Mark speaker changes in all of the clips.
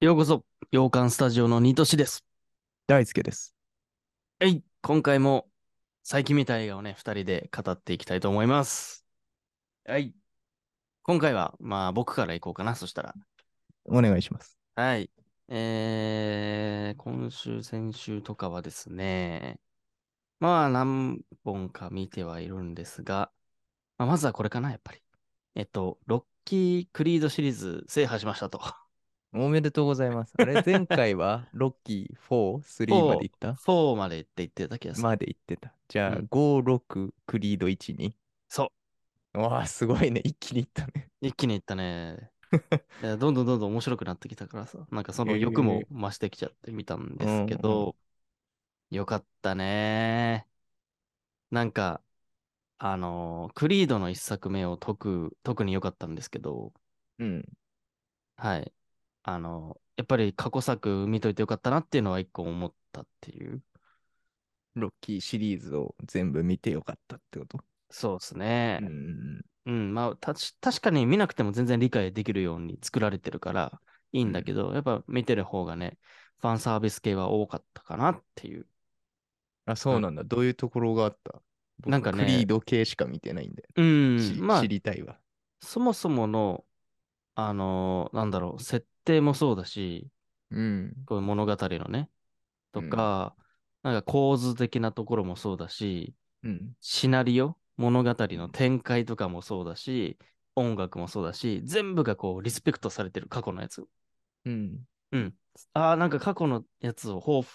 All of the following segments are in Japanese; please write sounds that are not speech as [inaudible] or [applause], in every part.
Speaker 1: ようこそ、洋館スタジオのニトシです。
Speaker 2: 大輔です。
Speaker 1: えい、今回も、最近見た映画をね、二人で語っていきたいと思います。はい。今回は、まあ、僕から行こうかな、そしたら。
Speaker 2: お願いします。
Speaker 1: はい。えー、今週、先週とかはですね、まあ、何本か見てはいるんですが、まあ、まずはこれかな、やっぱり。えっと、ロッキー・クリードシリーズ制覇しましたと。
Speaker 2: おめでとうございます。あ [laughs] れ、前回はロッキー4、3までいった
Speaker 1: 4までって言ってた気がする。
Speaker 2: までいってた。じゃあ、
Speaker 1: うん
Speaker 2: 5、6、クリード1、2。。
Speaker 1: そう
Speaker 2: わあ、すごいね。一気にいったね。
Speaker 1: 一気にいった [laughs] ね。いやどんどんどんどん面白くなってきたからさ、なんかその欲も増してきちゃってみたんですけ
Speaker 2: うんうん
Speaker 1: ど、よかったね。なんか、あのークリードの一作目を解く、特に良かったんですけど、
Speaker 2: うん。
Speaker 1: はい。あのーやっぱり過去作見といてよかったなっていうのは一個思ったっていう。
Speaker 2: ロッキーシリーズを全部見てよかったってこと。
Speaker 1: そうですね
Speaker 2: う。ん。
Speaker 1: うん、まあ、たし、確かに見なくても全然理解できるように作られてるからいいんだけど、やっぱ見てる方がね、ファンサービス系は多かったかなっていう。
Speaker 2: あ、そうなんだ。どういうところがあった僕
Speaker 1: なんかね
Speaker 2: クリード系しか見てないんで、
Speaker 1: うん、
Speaker 2: し
Speaker 1: まあ
Speaker 2: 知、りたいわ。
Speaker 1: そもそもの、あのーなんだろう、設定もそうだし、
Speaker 2: うん。
Speaker 1: こういう物語のね、とか、なんか構図的なところもそうだし、
Speaker 2: うん。
Speaker 1: シナリオ、物語の展開とかもそうだし、音楽もそうだし、全部がこう、リスペクトされてる過去のやつ。
Speaker 2: うん。
Speaker 1: うん。ああ、なんか過去のやつを彷彿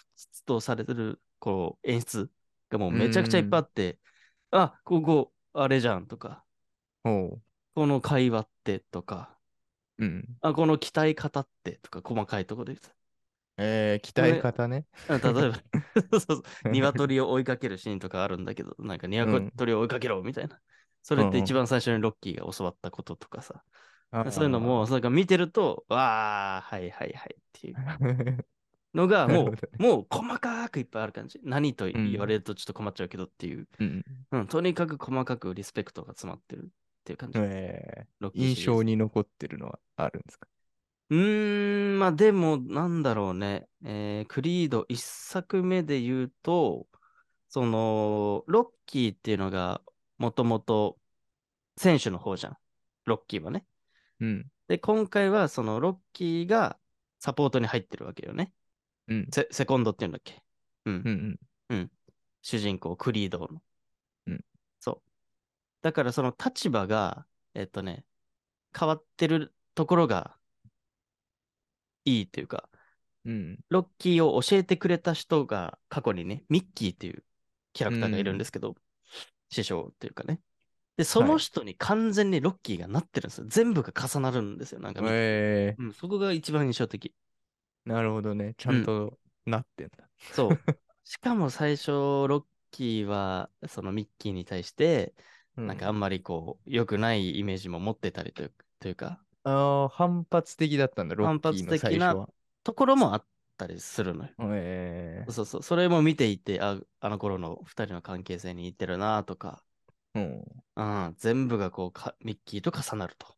Speaker 1: とされてる、こう、演出がもうめちゃくちゃいっぱいあって、あ、ここ、あれじゃんとか、
Speaker 2: ほ
Speaker 1: この会話ってとか、
Speaker 2: う。うん。
Speaker 1: あ、この鍛え方ってとか、細かいところで
Speaker 2: えー、鍛え方ね。 [laughs]
Speaker 1: 言ってた。あ例えば、 [laughs] そうそうそう、鶏を追いかけるシーンとかあるんだけど、なんか鶏を追いかけろみたいな。それって一番最初にロッキーが教わったこととかさ、そういうのも、なんか見てると、わー、はいはいはいっていう。
Speaker 2: あー。
Speaker 1: のがも
Speaker 2: な
Speaker 1: う、
Speaker 2: るほど
Speaker 1: もう細かくいっぱいある感じ。何と
Speaker 2: ん
Speaker 1: 言われるとちょっと困っちゃうけどっていう、
Speaker 2: [laughs] うん。
Speaker 1: うんとにかく細かくリスペクトが詰まってるっていう感じ。
Speaker 2: [laughs] えー。
Speaker 1: ロッキーシリーズ
Speaker 2: 印象。に残ってるのはあるんですか
Speaker 1: うーん、まあでも、なんだろうね、えークリード一作目で言うと、その、ロッキーっていうのが、もともと選手の方じゃん。ロッキーはね。
Speaker 2: うん。
Speaker 1: で、今回はそのロッキーがサポートに入ってるわけよね。
Speaker 2: うん。
Speaker 1: セセコンドっていうんだっけ。うん
Speaker 2: うんうん。
Speaker 1: 主人公、クリードの。
Speaker 2: うん
Speaker 1: そう。だからその立場が、えっとね、変わってるところがいいというか、
Speaker 2: うん。
Speaker 1: ロッキーを教えてくれた人が過去にね、ミッキーっていうキャラクターがいるんですけど、師匠っていうかね。で、その人に完全にロッキーがなってるんですよ。全部が重なるんですよ。なんかみ、
Speaker 2: え
Speaker 1: うん、そこが一番印象的。
Speaker 2: ー、なるほどね。ちゃんとなってんだ。 [laughs]
Speaker 1: そう。しかも最初、ロッキーは、そのミッキーに対して、
Speaker 2: う
Speaker 1: なんかあんまりこう、良くないイメージも持ってたりというというか、
Speaker 2: あー反発的だったんだ、ロッキーの最初
Speaker 1: 反
Speaker 2: は。
Speaker 1: ところもあったりするのよ。
Speaker 2: え
Speaker 1: そうそう、それも見ていて、ああの頃の2人の関係性に似てるなとか、
Speaker 2: ー、うん。
Speaker 1: うん、全部がこうか、ミッキーと重なると。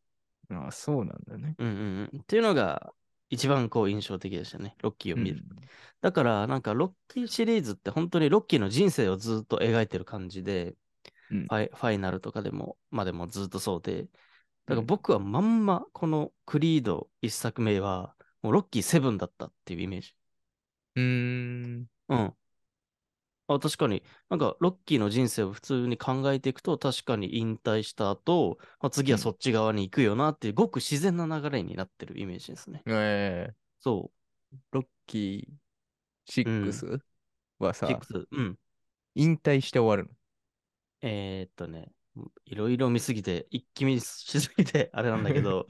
Speaker 2: あーそうなんだね。
Speaker 1: うんうんうん。っていうのが、一番こう印象的でしたね、ロッキーを見る。
Speaker 2: うん
Speaker 1: だから、なんかロッキーシリーズって本当にロッキーの人生をずっと描いてる感じで、
Speaker 2: うん
Speaker 1: ファイファイナルとかでも、までもずっとそうで、だから
Speaker 2: うん
Speaker 1: 僕はまんまこのクリード一作目は、もうロッキーセブンだったっていうイメージ。
Speaker 2: うーん。
Speaker 1: うん。あ、確かに、なんかロッキーの人生を普通に考えていくと、確かに引退した後、まあ、次はそっち側に行くよなっていう、ごく自然な流れになってるイメージですね。
Speaker 2: えー、
Speaker 1: そ
Speaker 2: ロッキー6は
Speaker 1: う。
Speaker 2: さ、
Speaker 1: キックス。うん。
Speaker 2: 引退して終わる
Speaker 1: えーっとね、いろいろ見すぎて、一気見しすぎて、あれなんだけ
Speaker 2: [laughs]
Speaker 1: ど、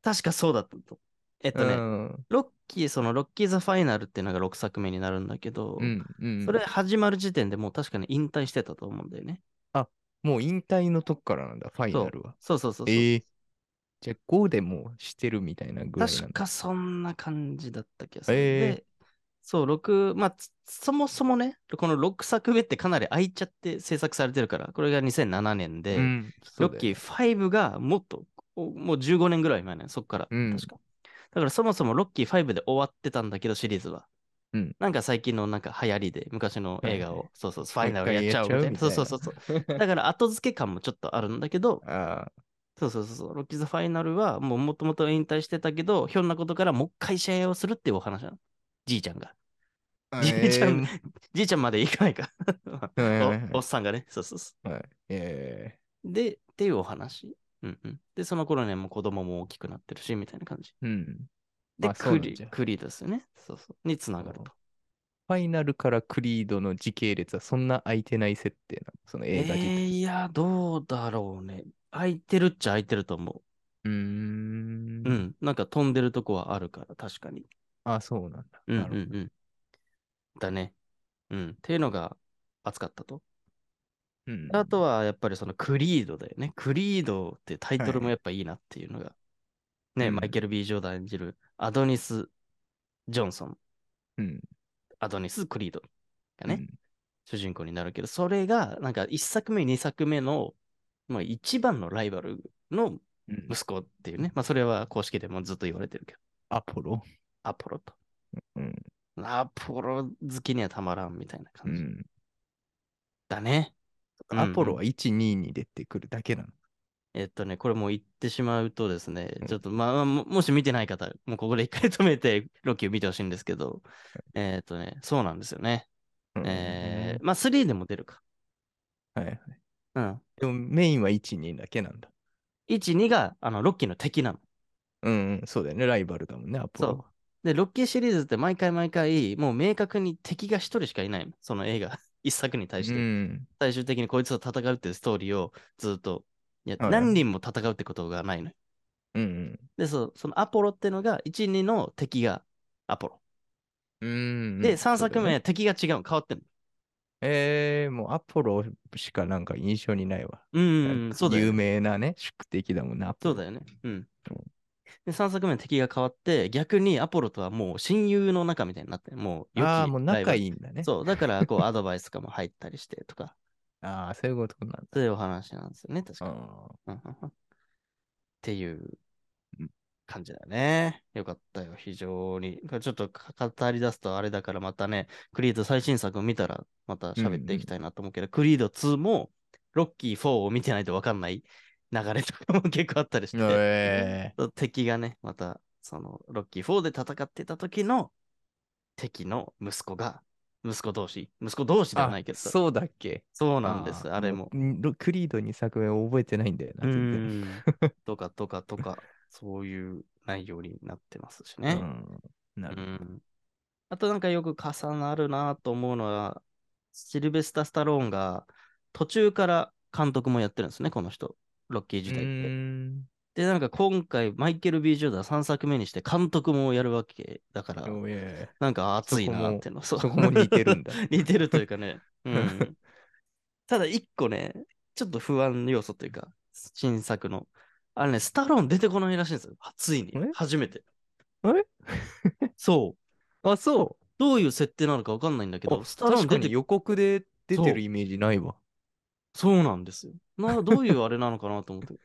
Speaker 1: 確かそうだったと。えっと
Speaker 2: の。
Speaker 1: ね、
Speaker 2: うん
Speaker 1: ロッキー、そのロッキーザファイナルっていうのが6作目になるんだけど、
Speaker 2: うんうん。
Speaker 1: それ始まる時点でもう確かに引退してたと思うんだよね。
Speaker 2: もう引退のとこからなんだ、ファイナルは。
Speaker 1: そうそうそうそう。
Speaker 2: ええー。じゃあ5でもうしてるみたいなぐらいなんだ
Speaker 1: 確かそんな感じだった気がする。
Speaker 2: ええ
Speaker 1: で、そう、6、まあ、つそもそもね、この6作目ってかなり空いちゃって制作されてるから、これが2007年で、
Speaker 2: うん、
Speaker 1: ロッキー
Speaker 2: ー。
Speaker 1: 5がもっと、おもう15年ぐらい前ね、そっから、
Speaker 2: うん
Speaker 1: 確か。だからそもそもロッキー5で終わってたんだけど、シリーズは。
Speaker 2: うん
Speaker 1: なんか最近のなんか流行りで、昔の映画
Speaker 2: はいは
Speaker 1: を、そうそう、フ
Speaker 2: もう
Speaker 1: ァ
Speaker 2: 一
Speaker 1: イナルやっちゃおうみ
Speaker 2: 回
Speaker 1: た
Speaker 2: やっちゃおう
Speaker 1: いな。そうそうそうそう。だから後付け感もちょっとあるんだけど、
Speaker 2: ああ、
Speaker 1: そうそうそうそう、ロッキーズファイナルはもうもともと引退してたけど、ひょんなことからもう一回試合をするっていうお話なの。じいちゃんが。 [laughs] じいちゃんじいちゃんまでいかないか。おおっさんがね、そうそうそう。
Speaker 2: え
Speaker 1: で、っていうお話。うんうん、で、その頃ね、もう子供も大きくなってるし、みたいな感じ。
Speaker 2: えうん。
Speaker 1: で、
Speaker 2: あそうな
Speaker 1: ク
Speaker 2: ん
Speaker 1: リ
Speaker 2: じゃ
Speaker 1: クリードですよね。そうそう。につながると。
Speaker 2: ファイナルからクリードの時系列はそんな空いてない設定なのその
Speaker 1: え
Speaker 2: 映画自体。
Speaker 1: ー、いや、どうだろうね。空いてるっちゃ空いてると思
Speaker 2: うー。
Speaker 1: う。うんん。なんか飛んでるとこはあるから、確かに。
Speaker 2: あ、そうなんだ。
Speaker 1: うんう
Speaker 2: なるほ
Speaker 1: ん
Speaker 2: ど。
Speaker 1: うん。だね。うん。っていうのが熱かったと。
Speaker 2: うん
Speaker 1: あとは、やっぱりそのクリードだよね。クリードってタイトル
Speaker 2: は
Speaker 1: も
Speaker 2: い
Speaker 1: やっぱいいなっていうのが。ね、
Speaker 2: うん
Speaker 1: マイケル・ B ・ジョーダン演じるアドニス・ジョンソン。
Speaker 2: うん。
Speaker 1: アドニス・クリードがね、主人公になるけど、それが、なんか1作目、2作目の、まあ、一番のライバルの
Speaker 2: うん。うん
Speaker 1: 息子っていうね、まあ、それは公式でもずっと言われてるけど、
Speaker 2: アポロ。
Speaker 1: アポロと。
Speaker 2: うん。
Speaker 1: アポロ好きにはたまらんみたいな
Speaker 2: う
Speaker 1: 感じ
Speaker 2: ん。
Speaker 1: だね。うん
Speaker 2: アポロは1、2に出てくるだけなの。
Speaker 1: えっとね、これもう言ってしまうとですね
Speaker 2: う、ん
Speaker 1: ちょっと、まあまあ、ももし見てない方、もうここで一回止めて、 [laughs] ロキを見てほしいんですけど、えっとね、そうなんですよね。
Speaker 2: うん
Speaker 1: えー、まあ、3でも出るか。
Speaker 2: はいはい。
Speaker 1: うん。
Speaker 2: でもメインは1、2だけなんだ。
Speaker 1: 1、2が、あの、ロッキーの敵なの。
Speaker 2: うん、うん、そうだよね。ライバルだもんね、アポロは。
Speaker 1: で、ロッキーシリーズって毎回毎回、もう明確に敵が一人しかいないの。その映画、 [laughs] 一作に対して。
Speaker 2: うん。
Speaker 1: 最終的にこいつと戦うっていうストーリーをずっとやって、
Speaker 2: はい
Speaker 1: 何人も戦うってことがないのよ。
Speaker 2: うん。
Speaker 1: で、そうそのアポロってのが、1、2の敵がアポロ。
Speaker 2: うん。
Speaker 1: で、3作目、
Speaker 2: そうだね。
Speaker 1: 敵が違うの、変わってんの。
Speaker 2: えー、もうアポロしかなんか印象にないわ。
Speaker 1: うんうんう
Speaker 2: [laughs]
Speaker 1: ん、そうだよ
Speaker 2: 有
Speaker 1: ね。
Speaker 2: 名なね、宿敵だもんね。アポ
Speaker 1: そ
Speaker 2: ロ
Speaker 1: うだよね。うん。で、3作目の敵が変わって、逆にアポロとはもう親友の仲みたいになって、もう良き
Speaker 2: ああ、もう
Speaker 1: ライバ
Speaker 2: 仲
Speaker 1: ル
Speaker 2: いいんだね。
Speaker 1: そう、だから、こう、アドバイスとかも入ったりしてとか、
Speaker 2: ああ、そういうことなん
Speaker 1: そういうお話なんですよね、確か
Speaker 2: だ。
Speaker 1: に。
Speaker 2: あ
Speaker 1: うんうんうんっていう
Speaker 2: うん
Speaker 1: 感じだね。よかったよ、非常に。これちょっと語り出すとあれだからまたね、クリード最新作を見たらまた喋っていきたいなと思うけど、クリード2もロッキー4を見てないと分かんない流れとかも結構あったりして、
Speaker 2: ーえ
Speaker 1: 敵がね、またそのロッキー4で戦ってた時の敵の息子が、息子同士、息子同士
Speaker 2: ー
Speaker 1: ではないけ
Speaker 2: あ
Speaker 1: どさ、
Speaker 2: そうだっけ
Speaker 1: そうなんです、
Speaker 2: ー
Speaker 1: あれも。
Speaker 2: うんロクリード2作目覚えてないんだよな、
Speaker 1: う
Speaker 2: 全然。
Speaker 1: ん。
Speaker 2: [laughs]
Speaker 1: とかとかとか、そういう内容になってますし
Speaker 2: う
Speaker 1: ね。
Speaker 2: んな
Speaker 1: う
Speaker 2: るほど。
Speaker 1: んあとなんかよく重なるなと思うのは、シルベスタ・スタローンが途中から監督もやってるんですね、この人。ロッキー
Speaker 2: う
Speaker 1: 時代って。
Speaker 2: ーん。
Speaker 1: で、なんか今回、マイケル・ B ・ジョーダン3作目にして監督もやるわけだから、
Speaker 2: おーえ
Speaker 1: なんか熱いなっていうの。そ
Speaker 2: ーそこも似て
Speaker 1: [laughs]
Speaker 2: るんだ。 [laughs]
Speaker 1: 似てるというかね。うん、ただ一個ね、ちょっと不安要素というか、新作の。あれね、スタローン出てこないらしいんですよ。ついに
Speaker 2: え。
Speaker 1: 初めて。
Speaker 2: あれ
Speaker 1: [laughs] そう。
Speaker 2: あ、そう。
Speaker 1: どういう設定なのかわかんないんだけど、
Speaker 2: あ
Speaker 1: スタローン
Speaker 2: 確か
Speaker 1: 出
Speaker 2: に
Speaker 1: て
Speaker 2: 予告で出
Speaker 1: そう
Speaker 2: てるイメージないわ。
Speaker 1: そうなんですよ。な、どういうあれなのかなと思
Speaker 2: [laughs]
Speaker 1: って。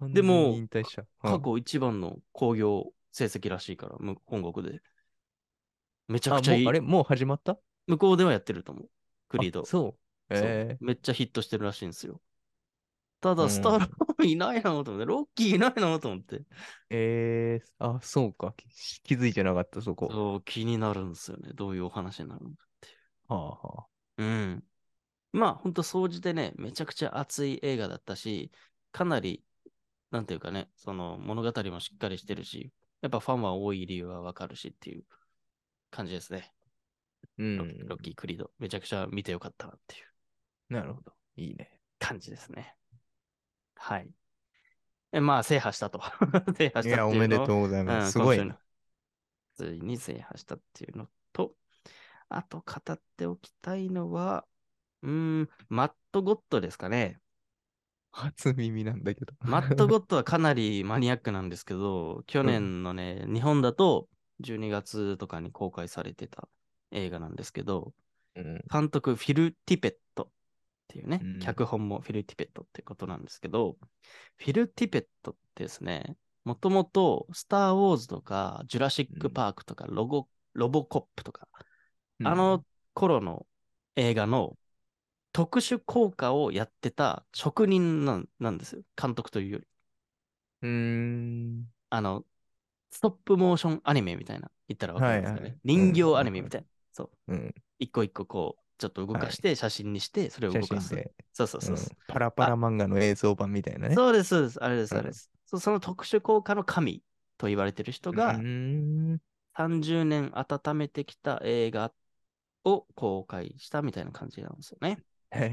Speaker 1: でも
Speaker 2: 完全に引退した。うん
Speaker 1: 過去一番の興行成績らしいから、む本国で。めちゃ
Speaker 2: あ
Speaker 1: くちゃい
Speaker 2: もう
Speaker 1: い
Speaker 2: あ。れもう始まった
Speaker 1: 向こうではやってると思う。クリード
Speaker 2: あ。そう。
Speaker 1: そう
Speaker 2: え
Speaker 1: めっちゃヒットしてるらしいんですよ。た
Speaker 2: う
Speaker 1: だ、
Speaker 2: ん
Speaker 1: スタローンいないなと思って、ロッキーいないなと思って。
Speaker 2: ー、えー、あ、そうか。き気づいてなかった、そこ。は
Speaker 1: そう、気になるんですよね。どういうお話になるのかってい
Speaker 2: あ、はあ。
Speaker 1: う。うん。まあ、ほんと、総じてね、めちゃくちゃ熱い映画だったし、かなり、なんていうかね、その物語もしっかりしてるし、やっぱファンは多い理由はわかるしっていう感じですね。
Speaker 2: う
Speaker 1: ロッ
Speaker 2: ん。
Speaker 1: ロッキー・クリード。めちゃくちゃ見てよかったなっていう。
Speaker 2: なるほど。いいね。
Speaker 1: 感じですね。はい。えまあ、制覇したと。 [laughs] 制覇したっていうの
Speaker 2: いや、おめでとうございます。す
Speaker 1: うん
Speaker 2: ごい
Speaker 1: 今週
Speaker 2: ね
Speaker 1: の。ついに制覇したっていうのと、あと語っておきたいのは、うーん、マット・ゴッドですか
Speaker 2: [laughs]
Speaker 1: ね。
Speaker 2: 初耳なんだけど。
Speaker 1: マット・ゴッドはかなりマニアックなんですけど、去年のね、日本だと12月とかに公開されてた映画なんですけど、
Speaker 2: うん
Speaker 1: 監督フィル・ティペットっていうね、
Speaker 2: うん
Speaker 1: 脚本もフィル・ティペットってことなんですけど、フィル・ティペットってですね、もともと、スター・ウォーズとか、ジュラシック・パークとか、ロゴ、ロボコップとか、あの頃の映画の特殊効果をやってた職人なんなんですよ。監督というより。
Speaker 2: うん、うーん。
Speaker 1: あの、ストップモーションアニメみたいな、言ったらわかりますかね。
Speaker 2: はいはい
Speaker 1: 人形アニメみたいな。そう。
Speaker 2: うん、
Speaker 1: 一個一個こう、ちょっと動かして、写真にして、それを動
Speaker 2: 写
Speaker 1: か
Speaker 2: 真
Speaker 1: す。
Speaker 2: で、
Speaker 1: そうそうそうそう。
Speaker 2: うんパラパラ漫画の映像版みたいなね。
Speaker 1: そうです、そうです。あれです、
Speaker 2: うん
Speaker 1: あれです。そその特殊効果の神と言われてる人が
Speaker 2: う、ーん
Speaker 1: 30年温めてきた映画を公開したみたいな感じなんですよね。
Speaker 2: へへ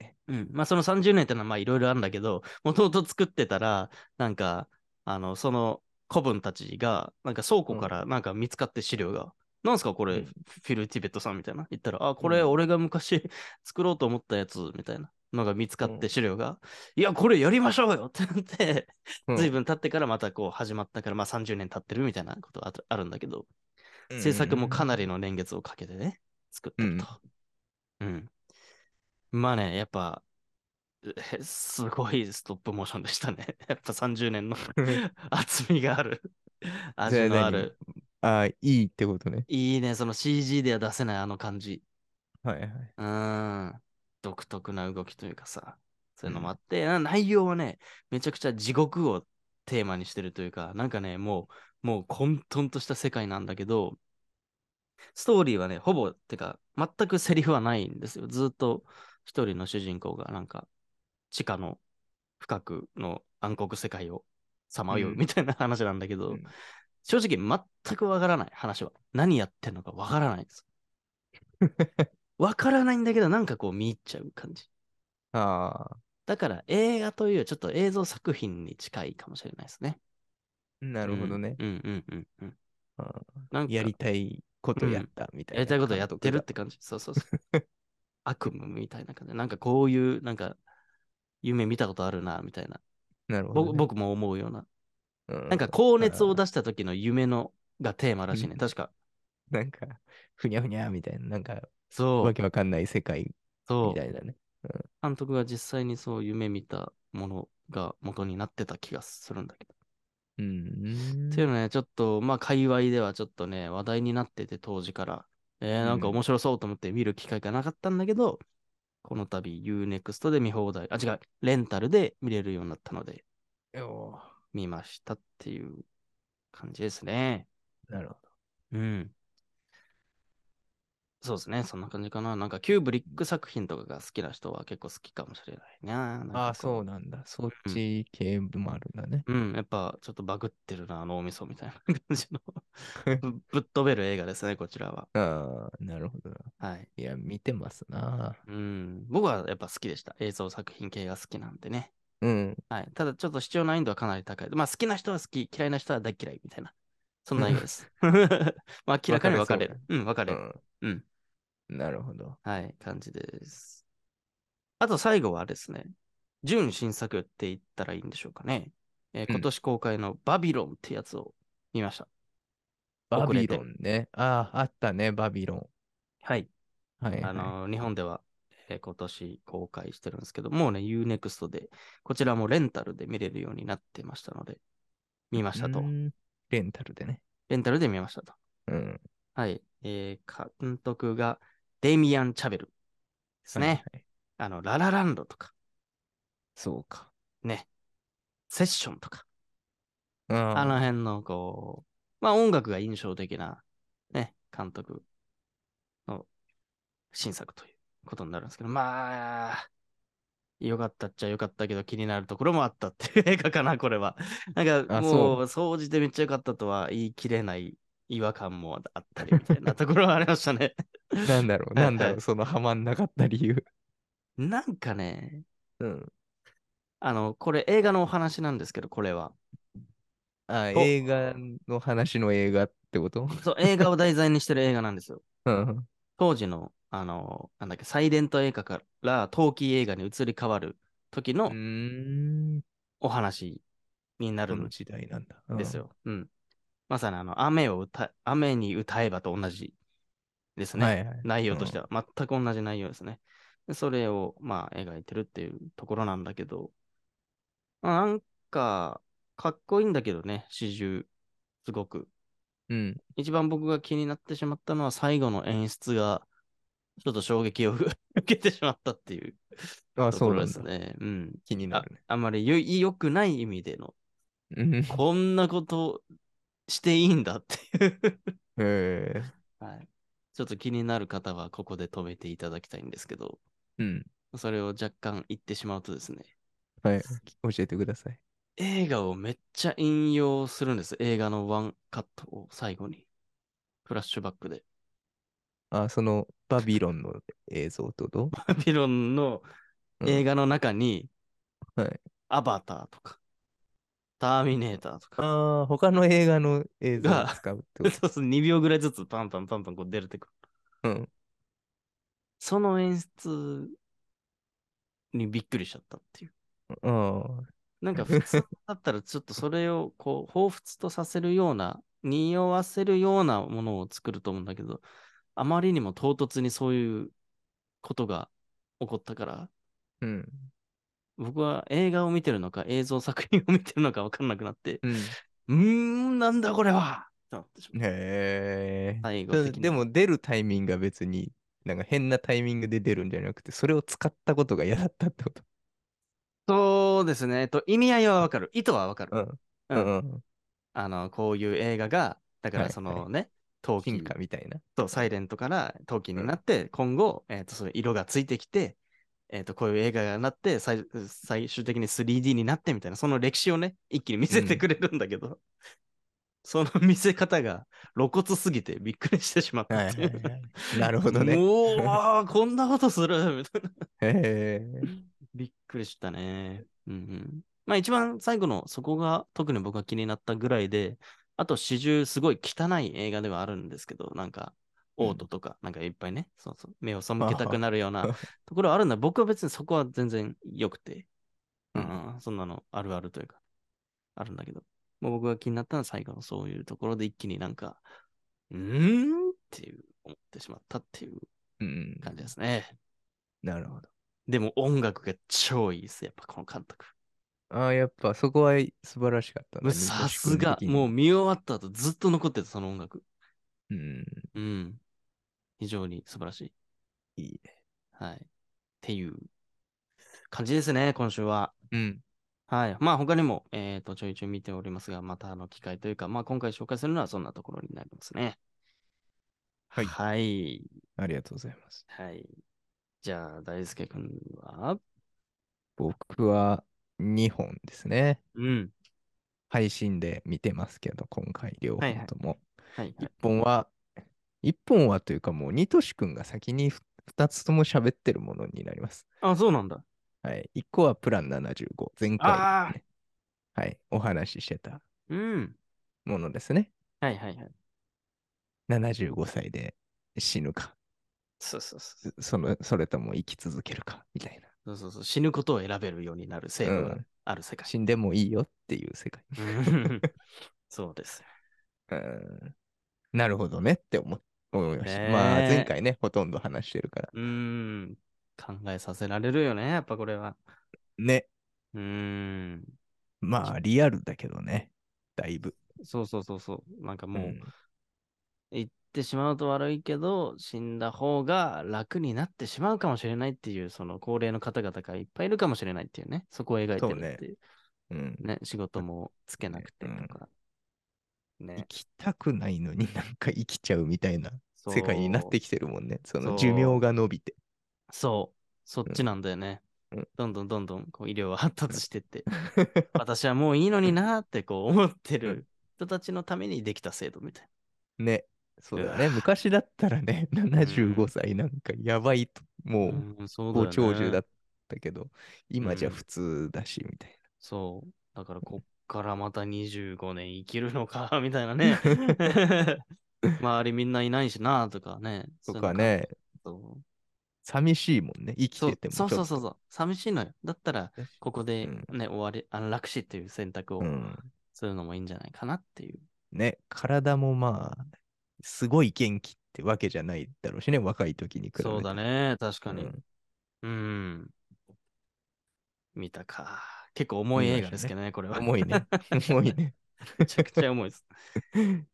Speaker 2: へ
Speaker 1: うん。まあ、その30年ってのは、まあ、いろいろあるんだけど、もともと作ってたら、なんか、あの、その古文たちが、なんか倉庫からなんか見つかって資料が、なんすかこれ、
Speaker 2: うん
Speaker 1: フィル・ティベットさんみたいな。言ったら、あ、これ俺が昔 [laughs] 作ろうと思ったやつみたいなのが見つかっ
Speaker 2: う
Speaker 1: て
Speaker 2: ん
Speaker 1: 資料が、いや、これやりましょうよってなって、
Speaker 2: うん
Speaker 1: 随分経ってからまたこう始まったから、まあ30年経ってるみたいなことがあとあるんだけど、
Speaker 2: うん
Speaker 1: 制作もかなりの年月をかけてね、作ってると。うん。まあね、やっぱ、えすごいストップモーションでしたね。 [laughs] やっぱ30年の [laughs] 厚みがある。味のある。
Speaker 2: ああ、いいってことね。
Speaker 1: いいね、その CG では出せないあの感じ。
Speaker 2: はいはい。
Speaker 1: うん。独特な動きというかさ、そういうのもあって、な内容はね、めちゃくちゃ地獄をテーマにしてるというか、なんかね、もう、もう混沌とした世界なんだけど、ストーリーはね、ほぼ、てか、全くセリフはないんですよ。ずっと一人の主人公が、なんか、地下の深くの暗黒世界をさまようみたいな話なんだけど、
Speaker 2: うん
Speaker 1: 正直全くわからない話は。何やってんのかわからないんです。
Speaker 2: [laughs]
Speaker 1: わからないんだけど、なんかこう見入っちゃう感じ。
Speaker 2: ああ、
Speaker 1: だから映画というよりちょっと映像作品に近いかもしれないですね。
Speaker 2: なるほどね。
Speaker 1: うんうんうんうん
Speaker 2: あ
Speaker 1: うん。なんか
Speaker 2: やりたいことやったみたいな。
Speaker 1: やりたいことやってるっ。て感じ。そうそうそう。
Speaker 2: [laughs]
Speaker 1: 悪夢みたいな感じ。なんかこういう、なんか夢見たことあるな、みたいな。
Speaker 2: なるほど
Speaker 1: ぼ
Speaker 2: ね。
Speaker 1: 僕も思うような。
Speaker 2: うん
Speaker 1: なんか高熱を出した時の夢のがテーマらしいね。
Speaker 2: うん
Speaker 1: 確か。
Speaker 2: なんか、ふにゃふにゃみたいな、なんか、
Speaker 1: そ
Speaker 2: わ
Speaker 1: う。
Speaker 2: けわかんない世界
Speaker 1: そ
Speaker 2: み
Speaker 1: う
Speaker 2: た。いなね。
Speaker 1: 監督が実際にそう夢見たものが元になってた気がするんだけど。
Speaker 2: うん
Speaker 1: っていうのね、ちょっと、まあ、界隈ではちょっとね、話題になってて、当時から。えー、なんか
Speaker 2: うん
Speaker 1: 面白そうと思って見る機会がなかったんだけど、この度 UNEXT で見放題、あ、違う、レンタルで見れるようになったので、
Speaker 2: おー
Speaker 1: 見ましたっていう感じですね。
Speaker 2: なるほど。
Speaker 1: うん。そうですね、そんな感じかな。なんか、キューブリック作品とかが好きな人は結構好きかもしれないな。なんかこ
Speaker 2: ああ、そうなんだ。そっち系もあるんだね。
Speaker 1: うん、やっぱちょっとバグってるな、脳みそみたいな感じ
Speaker 2: [laughs]
Speaker 1: のぶ。ぶっ飛べる映画ですね、こちらは。
Speaker 2: ああ、なるほどな。
Speaker 1: はい。
Speaker 2: いや、見てますな。
Speaker 1: うん、僕はやっぱ好きでした。映像作品系が好きなんでね。
Speaker 2: うん。
Speaker 1: はい。ただちょっと視聴難易度はかなり高い。まあ好きな人は好き、嫌いな人は大嫌いみたいな。そんな映画
Speaker 2: [laughs]
Speaker 1: です。 [laughs] まあ明らかに分かれる。うん、分か
Speaker 2: う
Speaker 1: れる。
Speaker 2: ん。
Speaker 1: うん。
Speaker 2: なるほど。
Speaker 1: はい、感じです。あと最後はですね、純新作って言ったらいいんでしょうかね。えー
Speaker 2: うん
Speaker 1: 今年公開のバビロンってやつを見ました。
Speaker 2: バ
Speaker 1: 遅れ
Speaker 2: ビ
Speaker 1: て
Speaker 2: ロンね。ああ、あったね、バビロン。
Speaker 1: はい。
Speaker 2: はい、はい。
Speaker 1: あの、日本では、えー今年公開してるんですけど、もうね、UNEXT で、こちらもレンタルで見れるようになってましたので、見ました
Speaker 2: う
Speaker 1: と。
Speaker 2: んレンタルでね。
Speaker 1: レンタルで見ましたと。
Speaker 2: うん。
Speaker 1: はい。えー監督がデイミアン・チャベルですね。
Speaker 2: はいはい
Speaker 1: あの、ララランドとか、
Speaker 2: そうか。
Speaker 1: ね、セッションとか、
Speaker 2: うん
Speaker 1: あの辺のこう、まあ音楽が印象的な、ね、監督の新作ということになるんですけど、まあ、良かったっちゃ良かったけど気になるところもあったっていう映画かな、これは。なんか
Speaker 2: あ
Speaker 1: もう、総じてめっちゃ良かったとは言い切れない違和感もあったりみたいなところはありましたね。 [laughs]
Speaker 2: なんだろう、
Speaker 1: はい
Speaker 2: なんだろ
Speaker 1: は
Speaker 2: う、そのハマんなかった理由。
Speaker 1: なんかね、
Speaker 2: うん。
Speaker 1: あの、これ映画のお話なんですけど、これは。
Speaker 2: あ、
Speaker 1: お
Speaker 2: 映画の話の映画ってこと
Speaker 1: そう、映画を題材にしてる映画なんですよ。
Speaker 2: うん。
Speaker 1: 当時の、あの、なんだっけ、サイレント映画から陶器映画に移り変わる時
Speaker 2: う
Speaker 1: の
Speaker 2: ーん。
Speaker 1: お話になる
Speaker 2: こ
Speaker 1: ん
Speaker 2: の時代なんだ。
Speaker 1: ですよ。うん。まさにあの、雨を歌え、雨に歌えばと同じです
Speaker 2: うん。
Speaker 1: ね。
Speaker 2: はいはい。
Speaker 1: 内容としては、全く同じ内容ですね。でそれを、まあ、描いてるっていうところなんだけど、まあなんか、かっこいいんだけどね、始終。すごく。
Speaker 2: うん。
Speaker 1: 一番僕が気になってしまったのは最後の演出が、ちょっと衝撃を受け [laughs] てしまったっていうと
Speaker 2: あ、そ
Speaker 1: こ
Speaker 2: う
Speaker 1: ろ
Speaker 2: な
Speaker 1: で
Speaker 2: ん
Speaker 1: す
Speaker 2: だ。
Speaker 1: ね。うん。
Speaker 2: 気にな
Speaker 1: あ
Speaker 2: るね。
Speaker 1: あまり良い良くない意味での、
Speaker 2: うん。へ
Speaker 1: こんなことしていいんだっていう、
Speaker 2: え。 [laughs]
Speaker 1: はい。ちょっと気になる方はここで止めていただきたいんですけど、
Speaker 2: うん。
Speaker 1: それを若干言ってしまうとですね、
Speaker 2: はい。教えてください。
Speaker 1: 映画をめっちゃ引用するんです。映画のワンカットを最後に。フラッシュバックで。
Speaker 2: あ、そのバビロンの映像ってこと
Speaker 1: パピロンの
Speaker 2: うん
Speaker 1: 映画の中に、
Speaker 2: はい
Speaker 1: アバターとか、ターミネーターとか、
Speaker 2: ああ、他の映画の映像を
Speaker 1: が
Speaker 2: 使うって
Speaker 1: そう
Speaker 2: [laughs] こ
Speaker 1: そう2秒ぐらいずつパンパンパンパンこう出れてくる。
Speaker 2: と。うん。
Speaker 1: その演出にびっくりしちゃったっていう。
Speaker 2: ああ、
Speaker 1: なんか普通だったらちょっとそれをこう、彷彿とさせるような、匂わせるようなものを作ると思うんだけど、あまりにも唐突にそういうことが起こったから、
Speaker 2: うん。
Speaker 1: 僕は映画を見てるのか映像作品を見てるのか分かんなくなって、
Speaker 2: うん。
Speaker 1: うーん、なんだこれはってなってしまう
Speaker 2: へえ。
Speaker 1: 最後
Speaker 2: ただ
Speaker 1: 的に
Speaker 2: でも出るタイミングが別に、なんか変なタイミングで出るんじゃなくて、それを使ったことが嫌だったってこと。
Speaker 1: そうですね。えっと、意味合いは分かる。意図は分かる。
Speaker 2: うん。うんうん。
Speaker 1: あの、こういう映画が、だか
Speaker 2: は
Speaker 1: ら
Speaker 2: い
Speaker 1: そのね、陶器
Speaker 2: 進化みたいな。
Speaker 1: とサイレントから陶器になって、今後、えっと、その色がついてきて、えっと、こういう映画になって、最最終的に 3D になってみたいな、その歴史をね、一気に見せてくれるんだけど、その見せ方が露骨すぎてびっくりしてしまったっていう。
Speaker 2: い。なるほど [laughs] ね。
Speaker 1: おー、こんなことす
Speaker 2: [laughs]
Speaker 1: るみたいな。
Speaker 2: へえ。
Speaker 1: びっくりしたね。うんうん。まあ一番最後のそこが特に僕が気になったぐらいで、あと始終すごい汚い映画ではあるんですけど、なんか、
Speaker 2: うん
Speaker 1: オートとか、なんかいっぱいね、そうそう、目を背けたくなるよう
Speaker 2: あ
Speaker 1: な
Speaker 2: は
Speaker 1: ところはあるんだ。僕は別にそこは全然良くて、う
Speaker 2: うん
Speaker 1: ん、うん、そんなのあるあるというか、あるんだけど、もう僕が気になったのは最後のそういうところで一気になんか、うーんっていう、思ってしまったっていう
Speaker 2: うん。
Speaker 1: 感じですね。
Speaker 2: なるほど。
Speaker 1: でも音楽が超いいです。やっぱこの監督。
Speaker 2: ああ、やっぱそこは素晴らしかった
Speaker 1: もう
Speaker 2: な。
Speaker 1: さすが、もう
Speaker 2: 水
Speaker 1: 見終わった後ずっと残ってた、その音楽。
Speaker 2: 越君的にうん。
Speaker 1: うん。非常に素晴らしい。
Speaker 2: いいね。
Speaker 1: はい。っていう感じですね、今週は。
Speaker 2: うん。
Speaker 1: はい。まあ他にも、えっ、と、ちょいちょい見ておりますが、またあの機会というか、まあ今回紹介するのはそんなところになりますね。
Speaker 2: はい
Speaker 1: はい。
Speaker 2: ありがとうございます。
Speaker 1: はい。じゃあ、大輔くんは
Speaker 2: 僕は2本ですね。
Speaker 1: うん。
Speaker 2: 配信で見てますけど、今回両
Speaker 1: はいはい
Speaker 2: 方とも。
Speaker 1: はい、はい
Speaker 2: 1。本は、1本はというかもう、ニトシ君が先に2つとも喋ってるものになります。
Speaker 1: あ、そうなんだ。
Speaker 2: はい。1個はプラン75。前
Speaker 1: あ
Speaker 2: 回、
Speaker 1: ー
Speaker 2: ね、はい。お話ししてた
Speaker 1: うん。
Speaker 2: ものですね。
Speaker 1: はいはいはい。
Speaker 2: 75歳で死ぬか、
Speaker 1: そうそうそう。
Speaker 2: その、それとも生き続けるか、みたいな。
Speaker 1: そうそうそう死ぬことを選べるようになる制度
Speaker 2: う
Speaker 1: が
Speaker 2: ん
Speaker 1: ある世界。
Speaker 2: 死んでもいいよっていう世界。
Speaker 1: [laughs] うんそうですよ。
Speaker 2: うんなるほどねって思思いました。
Speaker 1: ねえ
Speaker 2: まあ、前回ね、ほとんど話してるから。
Speaker 1: うーん。考えさせられるよね、やっぱこれは。
Speaker 2: ね。
Speaker 1: うーん。
Speaker 2: まあ、リアルだけどね。だいぶ。
Speaker 1: そうそうそうそう。なんかもう、
Speaker 2: うん
Speaker 1: 言ってしまうと悪いけど、死んだ方が楽になってしまうかもしれないっていう、その高齢の方々がいっぱいいるかもしれないっていうね、そこを描いてるっていう。
Speaker 2: うん
Speaker 1: ね仕事もつけなくてとか。
Speaker 2: 生
Speaker 1: ね。
Speaker 2: きたくないのになんか生きちゃうみたいな世界になってきてるもんね。そ
Speaker 1: そ
Speaker 2: の
Speaker 1: う
Speaker 2: 寿命が伸びて。
Speaker 1: そう。そっちなんだよね。
Speaker 2: うん
Speaker 1: どんどんどんどんこう医療は発達して
Speaker 2: [laughs]
Speaker 1: って、私はもういいのになーってこう思ってる人たちのためにできた制度みたい
Speaker 2: ね。そうだね。
Speaker 1: うわ
Speaker 2: 昔だったらね、75歳なんかやばいと、
Speaker 1: な。
Speaker 2: もう
Speaker 1: うん、そうだよ
Speaker 2: 高
Speaker 1: ね
Speaker 2: 長寿だったけど、今じゃ
Speaker 1: うん
Speaker 2: 普通だし、みたい
Speaker 1: そう。だからこっからまた25年生きるのか、みたいな
Speaker 2: [laughs]
Speaker 1: ね。周りみんないないしなとかね。
Speaker 2: な。とかね、
Speaker 1: そういうの考えると。
Speaker 2: 寂しいもんね。生き
Speaker 1: そう
Speaker 2: ててもち
Speaker 1: そ
Speaker 2: ょっ
Speaker 1: う
Speaker 2: と。
Speaker 1: そうそうそう。寂しいのよ。だったら、ここで
Speaker 2: うん
Speaker 1: ね、終わり、安楽死っていう選択を
Speaker 2: うん。
Speaker 1: するのもいいんじゃないかなっていう。
Speaker 2: ね、体もまあ、すごい元気ってわけじゃないだろうしね、若い時に比べて。
Speaker 1: そうだね、確
Speaker 2: う
Speaker 1: か
Speaker 2: ん。
Speaker 1: に。うん。見たか。結構重い映画ですけどね、これは。
Speaker 2: 重
Speaker 1: [laughs]
Speaker 2: いね。重いね。
Speaker 1: めちゃくちゃ重いです。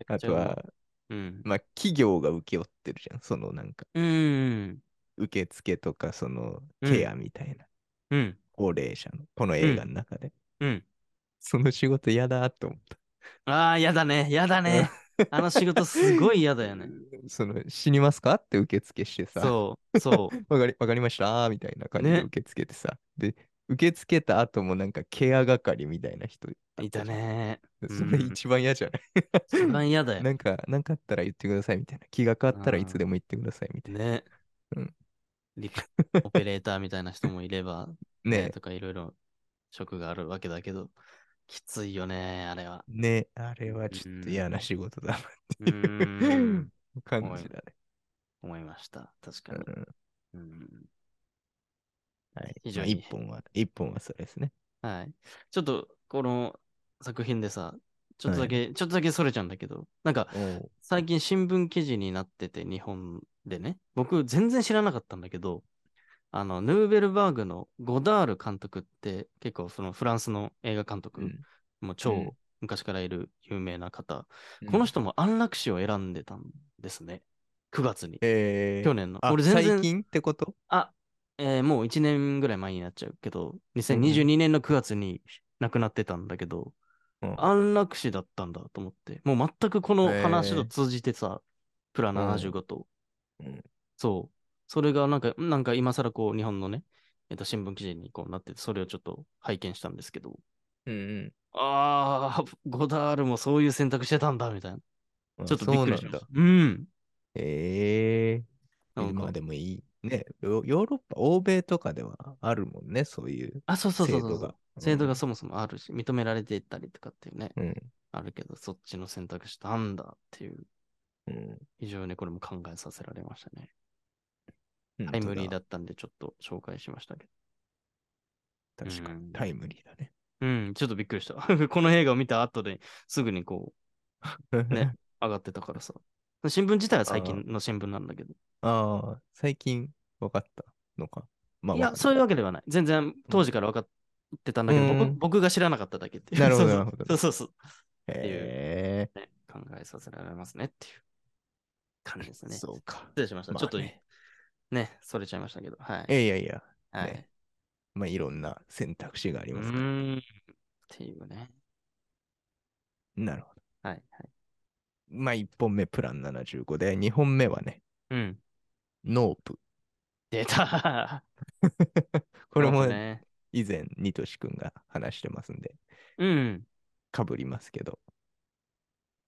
Speaker 2: あとは、
Speaker 1: うん。
Speaker 2: まあ、企業が請け負ってるじゃん。そのなんか、
Speaker 1: うん。
Speaker 2: 受付とか、その
Speaker 1: うん
Speaker 2: ケアみたいな、
Speaker 1: うん。
Speaker 2: 高齢者の、この映画の中で。
Speaker 1: うん。
Speaker 2: その仕事嫌だと思った。
Speaker 1: ああ、やだね。やだね。あの仕事すごい嫌だよね。
Speaker 2: その、死にますかって受付して [laughs] さ。
Speaker 1: そう、そ
Speaker 2: わかりわかりましたみたいな感じで
Speaker 1: ね
Speaker 2: 受け付けてさ。で、受け付けた後もなんかケア係みたいな人
Speaker 1: う。いたね。
Speaker 2: だった
Speaker 1: う
Speaker 2: じゃ
Speaker 1: ん
Speaker 2: ん。それ一番嫌じゃない、
Speaker 1: 一番嫌だよ
Speaker 2: な。んか、なんかあったら言ってくださいみたいな。気が変わったらいつでも言ってくださいみたいな。
Speaker 1: ね。
Speaker 2: うん
Speaker 1: リプオペレーターみたいな人もいれば、
Speaker 2: ね
Speaker 1: ね、とかいろいろ職があるわけだけど、きついよね、あれ
Speaker 2: [laughs]
Speaker 1: は。
Speaker 2: ねあれはちょっと嫌な仕事だ
Speaker 1: うーん、
Speaker 2: な感じだね。
Speaker 1: 思いました。確か
Speaker 2: うん
Speaker 1: に。
Speaker 2: うん
Speaker 1: うん
Speaker 2: はい
Speaker 1: 非
Speaker 2: ま
Speaker 1: 常
Speaker 2: あ
Speaker 1: に
Speaker 2: 一本は、一本はそれですね。
Speaker 1: はい。ちょっと、この作品でさ、ちょっとだけ、ちょっとだけそれちゃうんだけど、なんか、最近新聞記事になってて、日本でね、僕全然知らなかったんだけど、あの、ヌーベルバーグのゴダール監督って、結構そのフランスの映画監督、
Speaker 2: うん
Speaker 1: もう
Speaker 2: うん
Speaker 1: 超昔からいる有名な方、この、人も安楽死を選んでたんですね。9月に。
Speaker 2: えー、
Speaker 1: 去年の。
Speaker 2: あ
Speaker 1: 俺全
Speaker 2: 最
Speaker 1: 然、
Speaker 2: 近ってこと
Speaker 1: あ、えーもう1年ぐらい前になっちゃうけど、2022年の9月に亡くなってたんだけど、
Speaker 2: うん
Speaker 1: 安楽死だったんだと思って、もう全くこの話
Speaker 2: へ
Speaker 1: と
Speaker 2: ー
Speaker 1: 通じてさ、プラ
Speaker 2: ん
Speaker 1: 75と、
Speaker 2: うん
Speaker 1: そう、それがなんか、なんか今更こう、日本のね、えっと、新聞記事にこうなってて、それをちょっと拝見したんですけど、
Speaker 2: うん
Speaker 1: ああ、ゴダールもそういう選択してたんだ、みたいな。
Speaker 2: うん。
Speaker 1: ちょっとびっくりしまし
Speaker 2: あそうなん
Speaker 1: た
Speaker 2: だ。。
Speaker 1: うん。
Speaker 2: ええー。
Speaker 1: なん
Speaker 2: まあ
Speaker 1: か
Speaker 2: でもいい。ね、ヨヨーロッパ、欧米とかではあるもんね、そういう
Speaker 1: あ、そうそうそ
Speaker 2: 制
Speaker 1: うそう
Speaker 2: 度
Speaker 1: そ
Speaker 2: が
Speaker 1: う。。制度がそもそもあるし、認められていったりとかっていうね、
Speaker 2: うん。
Speaker 1: あるけど、そっちの選択したんだっていう、
Speaker 2: うん。
Speaker 1: 非常にこれも考えさせられましたね。
Speaker 2: うん
Speaker 1: タイムリーだ
Speaker 2: 本
Speaker 1: ったんで、ちょっと紹介しましたけど。
Speaker 2: 当だ確か
Speaker 1: う
Speaker 2: に。
Speaker 1: ん
Speaker 2: タイムリーだね。
Speaker 1: うん、ちょっとびっくりした。 [laughs] この映画を見た後ですぐにこう、ね、上がってたからさ。新聞自体は最近の新聞なんだけど。
Speaker 2: ああ、最近分かったのか。まあ、
Speaker 1: い
Speaker 2: わ
Speaker 1: や、
Speaker 2: か
Speaker 1: そういうわけではない。全然当時から分かってたんだけど、
Speaker 2: うん
Speaker 1: 僕僕が知らなかっただけっていう。
Speaker 2: なるほ
Speaker 1: そ
Speaker 2: ど
Speaker 1: うそう
Speaker 2: なるほど
Speaker 1: そうそうそう。
Speaker 2: へ
Speaker 1: いう
Speaker 2: え
Speaker 1: ね、考えさせられますねっていう感じですね。
Speaker 2: そうか。
Speaker 1: 失礼しました。
Speaker 2: まあ
Speaker 1: ちょっと
Speaker 2: ね
Speaker 1: ね、それちゃいましたけど。はいい。
Speaker 2: やいやいや、
Speaker 1: はい。
Speaker 2: ねまあいろんな選択肢があり
Speaker 1: う
Speaker 2: ますから。
Speaker 1: ーん。っていうね。
Speaker 2: なるほど。
Speaker 1: はいはい。
Speaker 2: まあ1本目プラン75で、2本目はね、
Speaker 1: うん。
Speaker 2: ノープ。
Speaker 1: 出た
Speaker 2: [laughs] これも
Speaker 1: ね。
Speaker 2: 以前、ニトシ君が話してますんで、
Speaker 1: うん。
Speaker 2: かぶりますけど。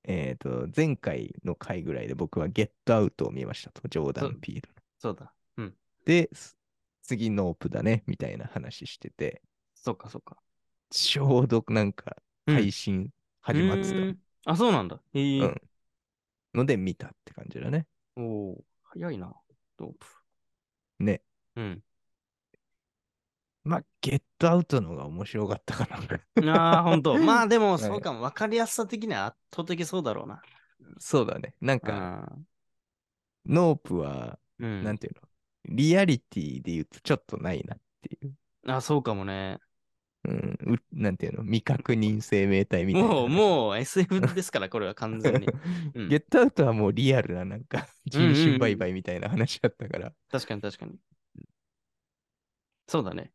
Speaker 2: えっ、と、前回の回ぐらいで僕はゲットアウトを見ましたと、ジョーダン・ピールの。
Speaker 1: そうだ。うん。
Speaker 2: で、す次ノープだね、みたいな話してて、
Speaker 1: そうかそうか。
Speaker 2: ちょうどなんか
Speaker 1: うん
Speaker 2: 配信始まって
Speaker 1: うーんあ、そうなんだ。へえ
Speaker 2: うんたので見たって感じだね。
Speaker 1: おお早いな。ドープ。
Speaker 2: ね。
Speaker 1: うん。
Speaker 2: まあ、ゲットアウトの方が面白かったか
Speaker 1: [laughs]
Speaker 2: な。
Speaker 1: ああ、ほ
Speaker 2: [laughs]
Speaker 1: んと。まあで
Speaker 2: は
Speaker 1: も、
Speaker 2: い
Speaker 1: そうかも。わかりやすさ的には圧倒的そうだろうな。
Speaker 2: そうだね。なんか、ノープは、
Speaker 1: うん。
Speaker 2: なんていうの、リアリティで言うとちょっとないなっていう。
Speaker 1: あ、そうかもね。
Speaker 2: うん、うなんていうの未確認生命体みたいな話。
Speaker 1: もう、
Speaker 2: [laughs]
Speaker 1: もう SF ですから、これは完全に。うん
Speaker 2: ゲットアウトはもうリアルななんか
Speaker 1: うんうんう
Speaker 2: 人
Speaker 1: ん
Speaker 2: 種売買みたいな話だったから。
Speaker 1: 確かに確か
Speaker 2: [laughs]
Speaker 1: に。そうだね。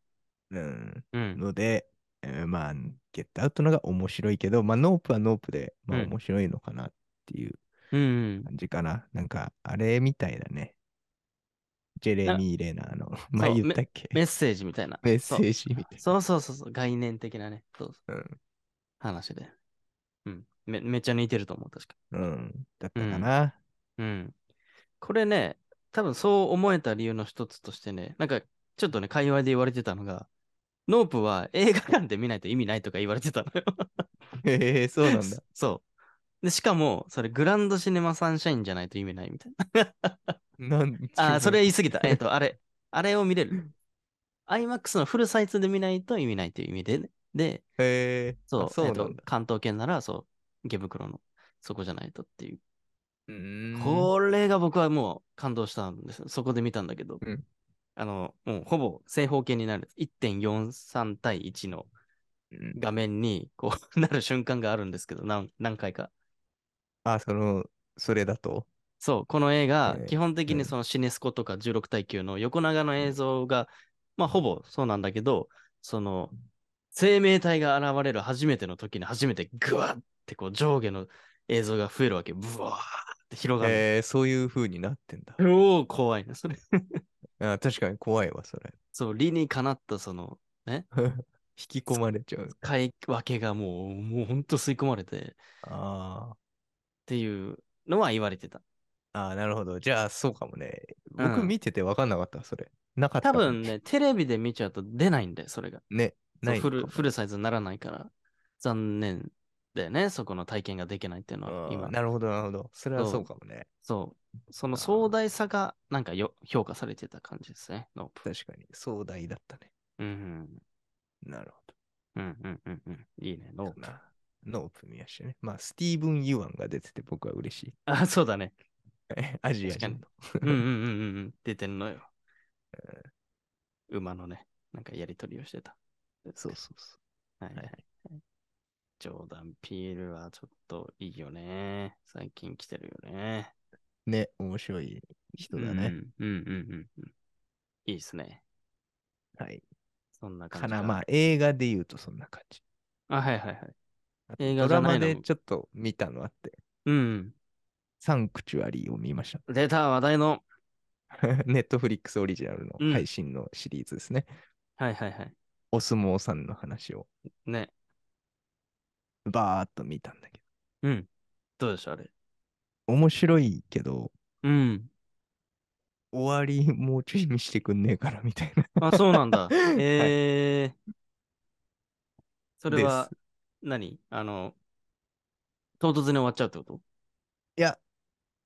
Speaker 2: うん。
Speaker 1: うん。
Speaker 2: ので、えーまあ、ゲットアウトのが面白いけど、まあ、ノープはノープで、まあ、
Speaker 1: うん
Speaker 2: 面白いのかなっていう
Speaker 1: うんうん。
Speaker 2: 感じかな。なんか、あれみたいだね。ジェレミー・レナーの、 [laughs] 前言ったっけ
Speaker 1: メッセージみたいな。
Speaker 2: [laughs] メッセージみたいな。
Speaker 1: そうそうそうそう。概念的なね。そうそう
Speaker 2: うん
Speaker 1: 話で。うんめ。めっちゃ似てると思う、確か
Speaker 2: うん。だったかな。 [laughs]
Speaker 1: に。うん。これね、多分そう思えた理由の一つとしてね、なんか、ちょっとね、会話で言われてたのが、ノープは映画館で見ないと意味ないとか言われてたのよ。
Speaker 2: へえ、そうなんだ。
Speaker 1: [laughs] そう。で、しかも、それグランドシネマサンシャインじゃないと意味ないみたいな。
Speaker 2: なん
Speaker 1: あー、それ
Speaker 2: い
Speaker 1: 言い過ぎ
Speaker 2: [laughs]
Speaker 1: た。えっと、あれ、あれを見れる。IMAX のフルサイズで見ないと意味ないという意味で、ね、で、
Speaker 2: へえ、
Speaker 1: そ
Speaker 2: あ
Speaker 1: う、
Speaker 2: そう
Speaker 1: え
Speaker 2: な
Speaker 1: っと
Speaker 2: んだ。
Speaker 1: 関東圏なら、そう、池袋の、そこじゃないとっていう。
Speaker 2: うーん
Speaker 1: これが僕はもう感動したんですよ。そこで見たんだけど、
Speaker 2: うん
Speaker 1: あの、もうほぼ正方形になる。1.43対1の
Speaker 2: うん
Speaker 1: 画面にこうなる瞬間があるんですけど、何何回か。
Speaker 2: あ、その、それだと
Speaker 1: そう、この映画、
Speaker 2: えー
Speaker 1: 基本的
Speaker 2: う
Speaker 1: に
Speaker 2: ん
Speaker 1: そのシネスコとか16対9の横長の映像が、まあほぼそうなんだけど、その生命体が現れる初めての時に初めてグワッてこう上下の映像が増えるわけ、ブワーって広がる。
Speaker 2: えー、そういう風になってんだ。
Speaker 1: 超怖いな、それ。
Speaker 2: あ確かに怖いわ、それ。
Speaker 1: そう、理にかなったその
Speaker 2: 引き込まれちゃう。
Speaker 1: 使い分けがもう、もうほんと吸い込まれてっ
Speaker 2: あ
Speaker 1: ていうのは言われてた。
Speaker 2: あ。ああ、なるほど。じゃあ、そうかもね。
Speaker 1: うん
Speaker 2: 僕見てて分かんなかった、それ。なかった
Speaker 1: 多
Speaker 2: も
Speaker 1: 分
Speaker 2: ん。
Speaker 1: ね、テレビで見ちゃうと出ないんだよ、それが。
Speaker 2: ね。
Speaker 1: そう
Speaker 2: ないの
Speaker 1: フ
Speaker 2: か
Speaker 1: ル
Speaker 2: も
Speaker 1: フルサイズにならないから、残念だよね、そこの体験ができないっていうの
Speaker 2: あ
Speaker 1: は、
Speaker 2: ー
Speaker 1: 今。
Speaker 2: なるほど、なるほど。それは
Speaker 1: そう
Speaker 2: そうかもね。
Speaker 1: そう。その
Speaker 2: あー
Speaker 1: 壮大さが、なんかよ評価されてた感じですね、ノープ。
Speaker 2: 確かに。壮大だったね。
Speaker 1: うん
Speaker 2: なるほど。
Speaker 1: うん、うん、うん、うん、うん。いいね、ノープ。
Speaker 2: なノープ見ましたね。まあ、スティーブン・ユアンが出てて僕は嬉しい。 [laughs]
Speaker 1: あ、そうだね。
Speaker 2: アジア人の。
Speaker 1: うん、うん、うん、うんうん。出てんのよ。馬のね、なんかやりとりをしてた。
Speaker 2: そうそうそ
Speaker 1: はい
Speaker 2: は
Speaker 1: はいい。ジョーダン・ピールはちょっといいよね。最近来てるよね。
Speaker 2: う。ね、面白い人だね。。
Speaker 1: うんうんうんうん。いいですね。
Speaker 2: はい。
Speaker 1: そんな感
Speaker 2: か
Speaker 1: じ
Speaker 2: な、
Speaker 1: が
Speaker 2: まあ、映画で言うとそんな感じ。
Speaker 1: あ、はいはいはい。
Speaker 2: あと
Speaker 1: 映
Speaker 2: ド
Speaker 1: 画じ
Speaker 2: ラ
Speaker 1: ゃな
Speaker 2: マ
Speaker 1: いのも
Speaker 2: でちょっと見たのあって、
Speaker 1: うん。
Speaker 2: サンクチュアリーを見ました。 [laughs]
Speaker 1: 出た話題の。
Speaker 2: ネットフリックスオリジナル
Speaker 1: うん
Speaker 2: の配信のシリーズですね。
Speaker 1: はいはいはい。
Speaker 2: お相撲さんの話を
Speaker 1: ね。
Speaker 2: バーっと見たんだけ
Speaker 1: うん。どうでしょうあれ。
Speaker 2: ど、面白いけど、
Speaker 1: うん。
Speaker 2: 終わりもうちょい見してくんねえからみたいな。
Speaker 1: あ、そうなん [laughs] だ。えー。それは
Speaker 2: で
Speaker 1: 何、あの、唐突に終わっちゃうってこと
Speaker 2: いや、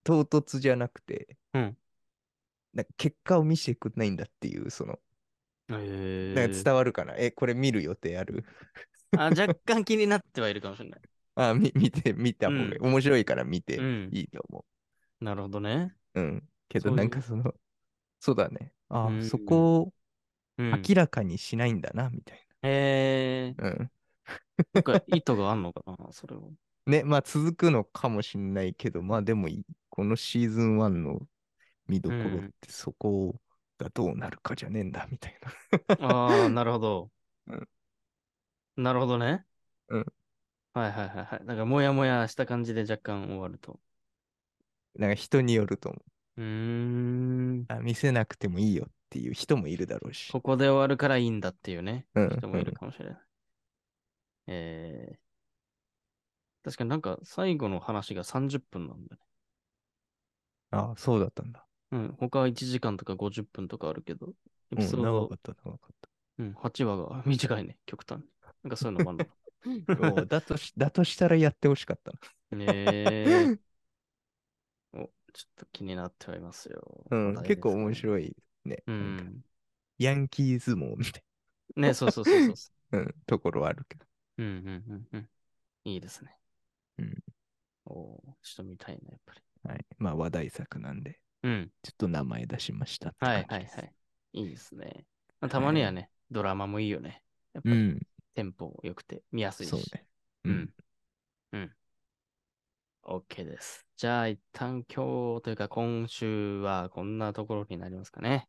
Speaker 2: 唐突じゃなくて、
Speaker 1: うん
Speaker 2: なんか結果を見せてくんないんだっていう、その、
Speaker 1: え
Speaker 2: なんか伝わるかな、え、これ見る予定ある [laughs]
Speaker 1: あ若干気になってはいるかもしれない。
Speaker 2: あ、み見て、見た方がいい、面白いから見て
Speaker 1: うん
Speaker 2: いいと思
Speaker 1: なるほどね。
Speaker 2: う。うん。け
Speaker 1: そ
Speaker 2: ど、
Speaker 1: ういう
Speaker 2: なんかその、そうだね。あ、
Speaker 1: うん
Speaker 2: そこを
Speaker 1: うん、
Speaker 2: 明らかにしないんだな、みたい
Speaker 1: えー、
Speaker 2: な。うん。
Speaker 1: なんか意図があんのかな、それを。
Speaker 2: ね、まあ続くのかもしんないけど、まあでもいい、このシーズン1の見どころ
Speaker 1: う
Speaker 2: っ
Speaker 1: ん
Speaker 2: てそこがどうなるかじゃねえんだ、みたいな。 [laughs]
Speaker 1: ああ、なるほど
Speaker 2: う。
Speaker 1: なるほどね。
Speaker 2: うん。
Speaker 1: はいはいはいはい。なんかもやもやした感じで若干終わると。
Speaker 2: なんか人によると思う。
Speaker 1: うーん。
Speaker 2: あ見せなくてもいいよっていう人もいるだろうし。
Speaker 1: ここで終わるからいいんだっていうね、
Speaker 2: うん
Speaker 1: 人もいるかもしれない。えー、確かになんか最後の話が30分なんだね。
Speaker 2: ああ、そうだったんだ。
Speaker 1: うん。他は1時間とか50分とかあるけど、エ
Speaker 2: うん、
Speaker 1: ピソー
Speaker 2: 長
Speaker 1: ド
Speaker 2: かった、長かっ
Speaker 1: うん、8話があ短いね、極端に。なんかそういうのもあるの
Speaker 2: [laughs]
Speaker 1: [laughs]
Speaker 2: た
Speaker 1: か
Speaker 2: おう。だとし、だとしたらやってほしかったな。
Speaker 1: ねえ。お、ちょっと気になってはいますよ。
Speaker 2: うん、結構面
Speaker 1: い。
Speaker 2: 白いね。
Speaker 1: う
Speaker 2: なんか
Speaker 1: ん。
Speaker 2: ヤンキー相撲みたい
Speaker 1: ね、そうそうそうそうそ
Speaker 2: な、うん、ところはあるけど。
Speaker 1: う。うんうんうんうん。いいですね。
Speaker 2: うん。
Speaker 1: おーちょっと見たいな、やっぱり。
Speaker 2: はい。まあ話題作なんで、
Speaker 1: うん。
Speaker 2: ちょっと名前出しましたって
Speaker 1: はいは
Speaker 2: 感
Speaker 1: い
Speaker 2: じです
Speaker 1: はい。いいですね。まあたまにはね、ドラマもいいよね。やっぱ
Speaker 2: う
Speaker 1: り
Speaker 2: ん、
Speaker 1: テンポ良くて見やすいし。
Speaker 2: そうね。う
Speaker 1: うん。OK です。じゃあ、一旦今日というか今週はこんなところになりますかね。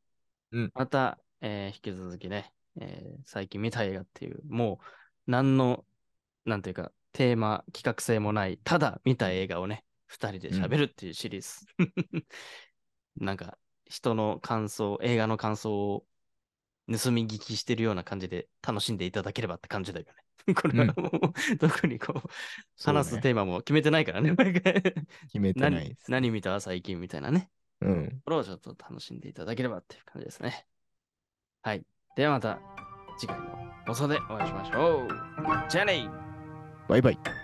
Speaker 2: うん
Speaker 1: また、えー引き続きね、えー最近見た映画っていう、もう何の、なんていうか、テーマ、企画性もない、ただ見た映画をね、二人で喋るっていうシリーズ。 [laughs] なんか、人の感想、映画の感想を盗み聞きしてるような感じで楽しんでいただければって感じだよね。 [laughs] これはもう、特にこう、
Speaker 2: そうね
Speaker 1: 話すテーマも決めてないからね、毎回。
Speaker 2: 決めてない
Speaker 1: 何
Speaker 2: です。
Speaker 1: 何見た最近みたいなね。
Speaker 2: うん。
Speaker 1: これをちょっと楽しんでいただければっていう感じですね。はい。ではまた次回の放送でお会いしましょう。じゃあね
Speaker 2: バイバイ。